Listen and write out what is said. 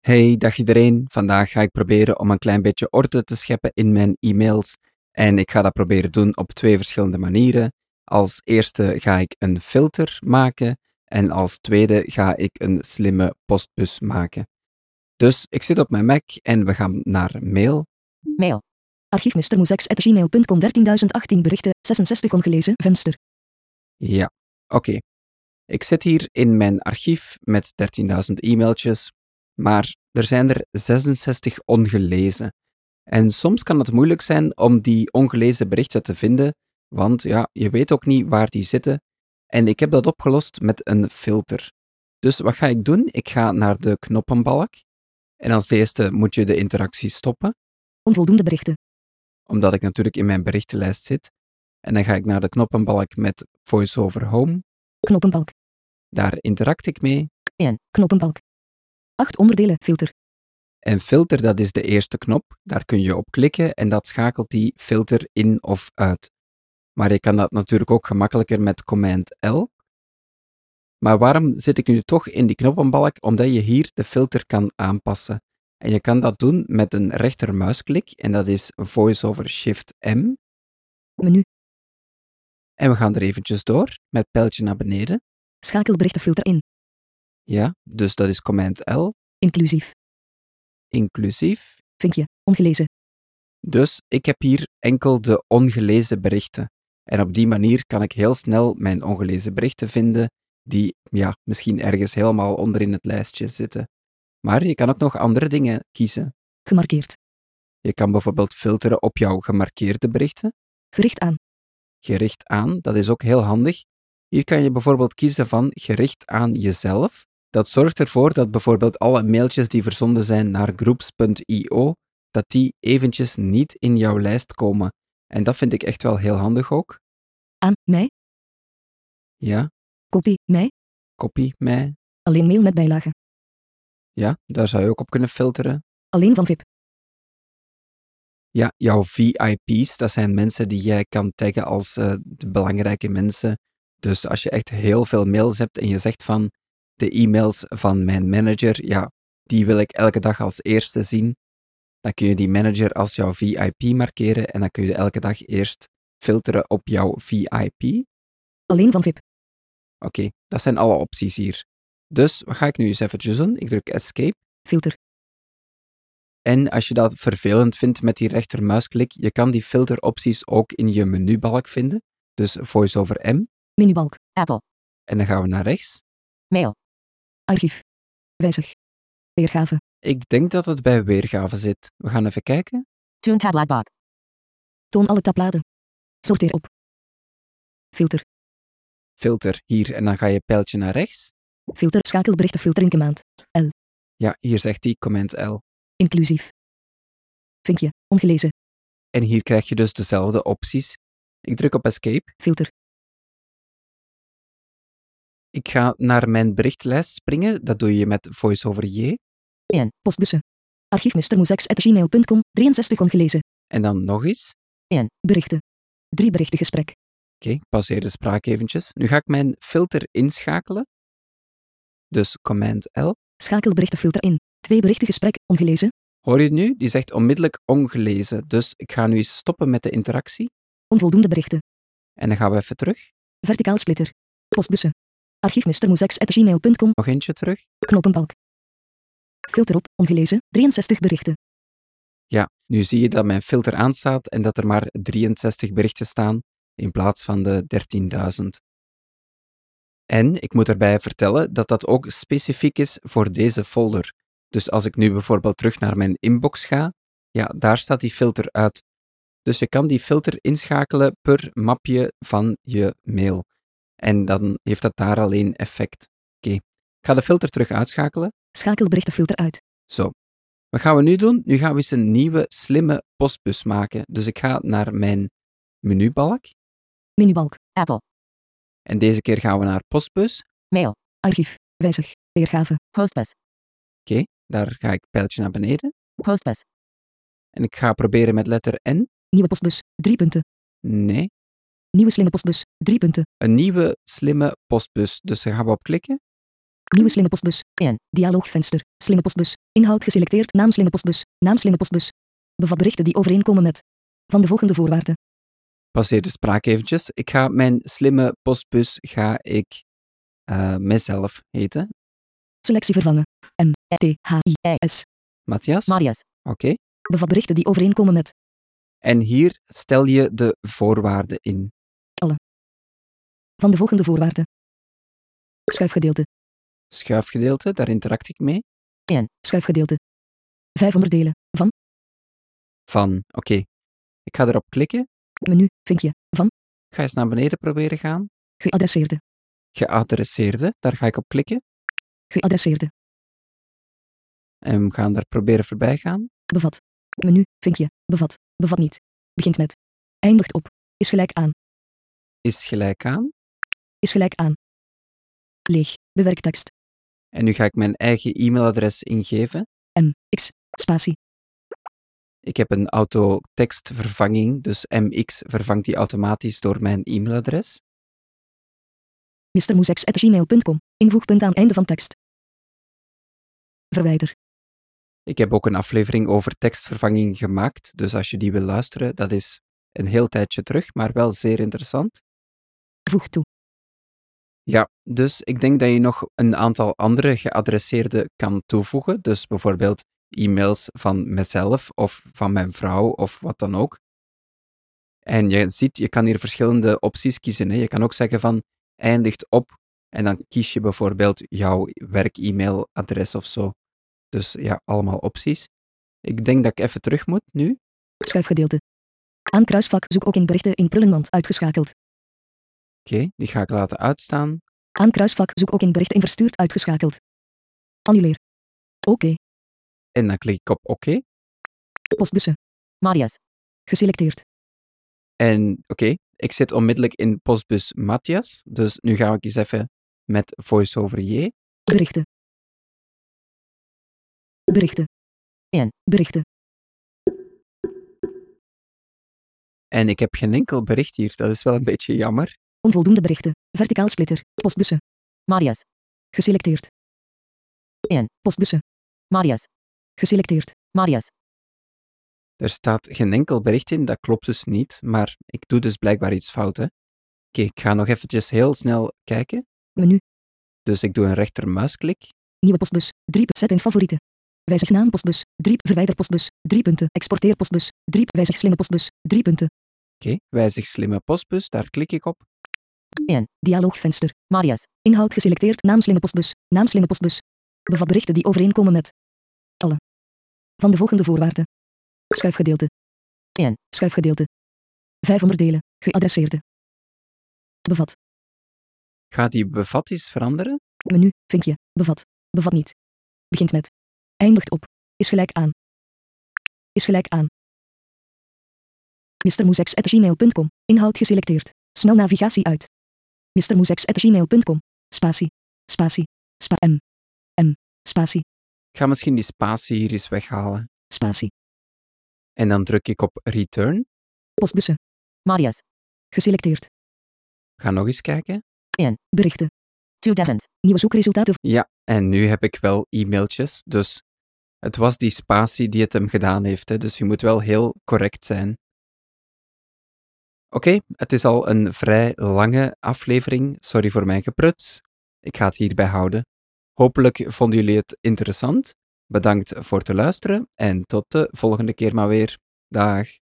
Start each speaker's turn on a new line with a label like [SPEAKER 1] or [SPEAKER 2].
[SPEAKER 1] Hey, dag iedereen. Vandaag ga ik proberen om een klein beetje orde te scheppen in mijn e-mails. En ik ga dat proberen doen op twee verschillende manieren. Als eerste ga ik een filter maken. En als tweede ga ik een slimme postbus maken. Dus ik zit op mijn Mac en we gaan naar mail.
[SPEAKER 2] Mail. Archief gmail.com 13018 berichten, 66 ongelezen, venster.
[SPEAKER 1] Ja, oké. Ik zit hier in mijn archief met 13.000 e-mailtjes, maar er zijn er 66 ongelezen. En soms kan het moeilijk zijn om die ongelezen berichten te vinden, want ja, je weet ook niet waar die zitten. En ik heb dat opgelost met een filter. Dus wat ga ik doen? Ik ga naar de knoppenbalk. En als eerste moet je de interactie stoppen,
[SPEAKER 2] Onvoldoende berichten.
[SPEAKER 1] omdat ik natuurlijk in mijn berichtenlijst zit. En dan ga ik naar de knoppenbalk met VoiceOver Home.
[SPEAKER 2] Knoppenbalk.
[SPEAKER 1] Daar interact ik mee.
[SPEAKER 2] 1. Knoppenbalk. 8 onderdelen, filter.
[SPEAKER 1] En filter, dat is de eerste knop. Daar kun je op klikken en dat schakelt die filter in of uit. Maar je kan dat natuurlijk ook gemakkelijker met command L. Maar waarom zit ik nu toch in die knoppenbalk? Omdat je hier de filter kan aanpassen. En je kan dat doen met een rechtermuisklik en dat is voiceover shift M.
[SPEAKER 2] Menu.
[SPEAKER 1] En we gaan er eventjes door met pijltje naar beneden.
[SPEAKER 2] Schakel berichtenfilter in.
[SPEAKER 1] Ja, dus dat is command L,
[SPEAKER 2] Inclusief.
[SPEAKER 1] inclusief
[SPEAKER 2] Vinkje. Ongelezen.
[SPEAKER 1] Dus ik heb hier enkel de ongelezen berichten. En op die manier kan ik heel snel mijn ongelezen berichten vinden, die ja, misschien ergens helemaal onderin het lijstje zitten. Maar je kan ook nog andere dingen kiezen.
[SPEAKER 2] Gemarkeerd.
[SPEAKER 1] Je kan bijvoorbeeld filteren op jouw gemarkeerde berichten,
[SPEAKER 2] Gericht aan.
[SPEAKER 1] gericht aan, dat is ook heel handig. Hier kan je bijvoorbeeld kiezen van gericht aan jezelf. Dat zorgt ervoor dat bijvoorbeeld alle mailtjes die verzonden zijn naar groups.io, dat die eventjes niet in jouw lijst komen. En dat vind ik echt wel heel handig ook.
[SPEAKER 2] Aan. Mij.
[SPEAKER 1] Ja,
[SPEAKER 2] Kopie. Mij.
[SPEAKER 1] copy mij.
[SPEAKER 2] Alleen mail met bijlagen.
[SPEAKER 1] Ja, daar zou je ook op kunnen filteren.
[SPEAKER 2] Alleen van VIP.
[SPEAKER 1] Ja, jouw VIP's, dat zijn mensen die jij kan taggen als eh, de belangrijke mensen. Dus als je echt heel veel mails hebt en je zegt van de e-mails van mijn manager, ja, die wil ik elke dag als eerste zien, dan kun je die manager als jouw VIP markeren en dan kun je elke dag eerst filteren op jouw VIP.
[SPEAKER 2] Alleen van VIP.
[SPEAKER 1] Oké, dat zijn alle opties hier. Dus wat ga ik nu eens eventjes doen? Ik druk escape.
[SPEAKER 2] Filter.
[SPEAKER 1] En als je dat vervelend vindt met die rechtermuisklik, je kan die filteropties ook in je menubalk vinden. Dus voiceover M.
[SPEAKER 2] Menubalk. Apple.
[SPEAKER 1] En dan gaan we naar rechts.
[SPEAKER 2] Mail. Archief. Wijzig. Weergave.
[SPEAKER 1] Ik denk dat het bij weergave zit. We gaan even kijken.
[SPEAKER 2] Toon tabbladbak. Toon alle tabbladen. Sorteer op. Filter.
[SPEAKER 1] Filter hier en dan ga je pijltje naar rechts.
[SPEAKER 2] Filter. Schakel berichtenfilter in command.
[SPEAKER 1] Ja, hier zegt die command L.
[SPEAKER 2] Inclusief. Vinkje. Ongelezen.
[SPEAKER 1] En hier krijg je dus dezelfde opties. Ik druk op escape.
[SPEAKER 2] Filter.
[SPEAKER 1] Ik ga naar mijn berichtlijst springen. Dat doe je met voiceover J.
[SPEAKER 2] 1. Postbussen. Archief gmail.com 63 ongelezen.
[SPEAKER 1] En dan nog eens.
[SPEAKER 2] 1. Berichten. 3 berichten gesprek.
[SPEAKER 1] Oké, ik pauzeer de spraak eventjes. Nu ga ik mijn filter inschakelen. Dus command L.
[SPEAKER 2] Schakel berichtenfilter in. 2 berichten gesprek. Ongelezen.
[SPEAKER 1] Hoor je het nu? Die zegt onmiddellijk ongelezen. Dus ik ga nu eens stoppen met de interactie.
[SPEAKER 2] Onvoldoende berichten.
[SPEAKER 1] En dan gaan we even terug.
[SPEAKER 2] Verticaal splitter. Postbussen. Archief gmail.com
[SPEAKER 1] Nog eentje terug.
[SPEAKER 2] Knoppenbalk. Filter op. Ongelezen. 63 berichten.
[SPEAKER 1] Ja, nu zie je dat mijn filter aanstaat en dat er maar 63 berichten staan in plaats van de 13.000. En ik moet erbij vertellen dat dat ook specifiek is voor deze folder. Dus als ik nu bijvoorbeeld terug naar mijn inbox ga, ja, daar staat die filter uit. Dus je kan die filter inschakelen per mapje van je mail. En dan heeft dat daar alleen effect. Oké, ik ga de filter terug uitschakelen.
[SPEAKER 2] Schakel berichtenfilter uit.
[SPEAKER 1] Zo. Wat gaan we nu doen? Nu gaan we eens een nieuwe slimme postbus maken. Dus ik ga naar mijn menubalk.
[SPEAKER 2] Menubalk. Apple.
[SPEAKER 1] En deze keer gaan we naar postbus.
[SPEAKER 2] Mail. Archief. Wijzig. Weergave. Postbus.
[SPEAKER 1] Daar ga ik pijltje naar beneden.
[SPEAKER 2] Postbus.
[SPEAKER 1] En ik ga proberen met letter N.
[SPEAKER 2] Nieuwe postbus. 3 punten.
[SPEAKER 1] Nee.
[SPEAKER 2] Nieuwe slimme postbus. 3 punten.
[SPEAKER 1] Een nieuwe slimme postbus. Dus daar gaan we op klikken.
[SPEAKER 2] Nieuwe slimme postbus.
[SPEAKER 3] In.
[SPEAKER 2] Dialoogvenster. Slimme postbus. Inhoud geselecteerd. Naam slimme postbus. Naam slimme postbus. Bevat berichten die overeenkomen met. Van de volgende voorwaarden.
[SPEAKER 1] Passeer de spraak eventjes. Ik ga mijn slimme postbus, ga ik eh, mezelf heten.
[SPEAKER 2] Selectie vervangen. M. T. H. I. S.
[SPEAKER 1] Matthias? Oké.
[SPEAKER 3] Marias.
[SPEAKER 2] Bevat berichten die overeenkomen met.
[SPEAKER 1] En hier stel je de voorwaarden in.
[SPEAKER 2] Van de volgende voorwaarden. Schuifgedeelte.
[SPEAKER 1] Schuifgedeelte, daar interact ik mee.
[SPEAKER 2] Schuifgedeelte. Vijf onderdelen. Van.
[SPEAKER 1] Van, oké. Ik ga erop klikken.
[SPEAKER 2] Menu. Vinkje. Van.
[SPEAKER 1] Ik ga eens naar beneden proberen gaan.
[SPEAKER 2] Geadresseerde.
[SPEAKER 1] Geadresseerde, daar ga ik op klikken.
[SPEAKER 2] Geadresseerde.
[SPEAKER 1] En we gaan daar proberen voorbij gaan.
[SPEAKER 2] Bevat. Menu. Vinkje. Bevat. Bevat niet. Begint met. Eindigt op. Is gelijk aan.
[SPEAKER 1] Is gelijk aan.
[SPEAKER 2] Is gelijk aan. Leeg. Bewerktekst.
[SPEAKER 1] En nu ga ik mijn eigen e-mailadres ingeven.
[SPEAKER 2] M. X. Spatie.
[SPEAKER 1] Ik heb een autotekstvervanging, dus MX vervangt die automatisch door mijn e-mailadres.
[SPEAKER 2] mrmoesex.gmail.com. Invoegpunt aan einde van tekst. Verwijder.
[SPEAKER 1] Ik heb ook een aflevering over tekstvervanging gemaakt, dus als je die wil luisteren, dat is een heel tijdje terug, maar wel zeer interessant.
[SPEAKER 2] Voeg toe.
[SPEAKER 1] Ja, dus ik denk dat je nog een aantal andere geadresseerden kan toevoegen. Dus bijvoorbeeld e-mails van mezelf of van mijn vrouw of wat dan ook. En je ziet, je kan hier verschillende opties kiezen. Hè. Je kan ook zeggen van eindigt op en dan kies je bijvoorbeeld jouw werk-e-mailadres of zo. Dus ja, allemaal opties. Ik denk dat ik even terug moet nu.
[SPEAKER 2] Schuifgedeelte. Aan kruisvak zoek ook in berichten in prullenmand uitgeschakeld.
[SPEAKER 1] Oké, die ga ik laten uitstaan.
[SPEAKER 2] Aan kruisvak zoek ook in berichten in verstuurd uitgeschakeld. Annuleer. Oké.
[SPEAKER 1] En dan klik ik op oké.
[SPEAKER 2] Postbussen.
[SPEAKER 3] Marias.
[SPEAKER 2] Geselecteerd.
[SPEAKER 1] En oké, ik zit onmiddellijk in postbus Matthias. Dus nu ga ik eens even met voiceover J.
[SPEAKER 2] Berichten. Berichten.
[SPEAKER 3] In.
[SPEAKER 2] Berichten.
[SPEAKER 1] En ik heb geen enkel bericht hier. Dat is wel een beetje jammer.
[SPEAKER 2] Onvoldoende berichten. Verticaal splitter. Postbussen.
[SPEAKER 3] Marias.
[SPEAKER 2] Geselecteerd.
[SPEAKER 3] In.
[SPEAKER 2] Postbussen.
[SPEAKER 3] Marias.
[SPEAKER 2] Geselecteerd.
[SPEAKER 3] Marias.
[SPEAKER 1] Er staat geen enkel bericht in. Dat klopt dus niet. Maar ik doe dus blijkbaar iets fout. hè. Oké, ik ga nog eventjes heel snel kijken.
[SPEAKER 2] Menu.
[SPEAKER 1] Dus ik doe een rechtermuisklik.
[SPEAKER 2] Nieuwe postbus. 3. Zet in favorieten. Wijzig naam postbus. 3. Verwijder postbus. 3 punten. Exporteer postbus. 3. Wijzig slimme postbus. 3 punten.
[SPEAKER 1] Oké, wijzig slimme postbus. Daar klik ik op.
[SPEAKER 2] Dialoogvenster.
[SPEAKER 3] Marias.
[SPEAKER 2] Inhoud geselecteerd. Naam slimme postbus. Naam slimme postbus. Bevat berichten die overeenkomen met. Alle. Van de volgende voorwaarden. Schuifgedeelte.
[SPEAKER 3] In.
[SPEAKER 2] Schuifgedeelte. 500 delen. Geadresseerde. Bevat.
[SPEAKER 1] Ga die bevat eens veranderen.
[SPEAKER 2] Menu. Vinkje. Bevat. Bevat niet. Begint met. Eindigt op. Is gelijk aan. Is gelijk aan. mrmoesex.gmail.com. Inhoud geselecteerd. Snel navigatie uit. mrmoesex.gmail.com. Spatie. Spatie. Spa M. M. Spatie.
[SPEAKER 1] Ik ga misschien die spatie hier eens weghalen.
[SPEAKER 2] Spatie.
[SPEAKER 1] En dan druk ik op return.
[SPEAKER 2] Postbussen.
[SPEAKER 3] Marias.
[SPEAKER 2] Geselecteerd.
[SPEAKER 1] Ga nog eens kijken.
[SPEAKER 2] Berichten.
[SPEAKER 3] Two different.
[SPEAKER 2] Nieuwe zoekresultaten.
[SPEAKER 1] En nu heb ik wel e-mailtjes, dus het was die spatie die het hem gedaan heeft. Hè, dus je moet wel heel correct zijn. Oké, het is al een vrij lange aflevering. Sorry voor mijn gepruts. Ik ga het hierbij houden. Hopelijk vonden jullie het interessant. Bedankt voor het luisteren en tot de volgende keer maar weer. Dag.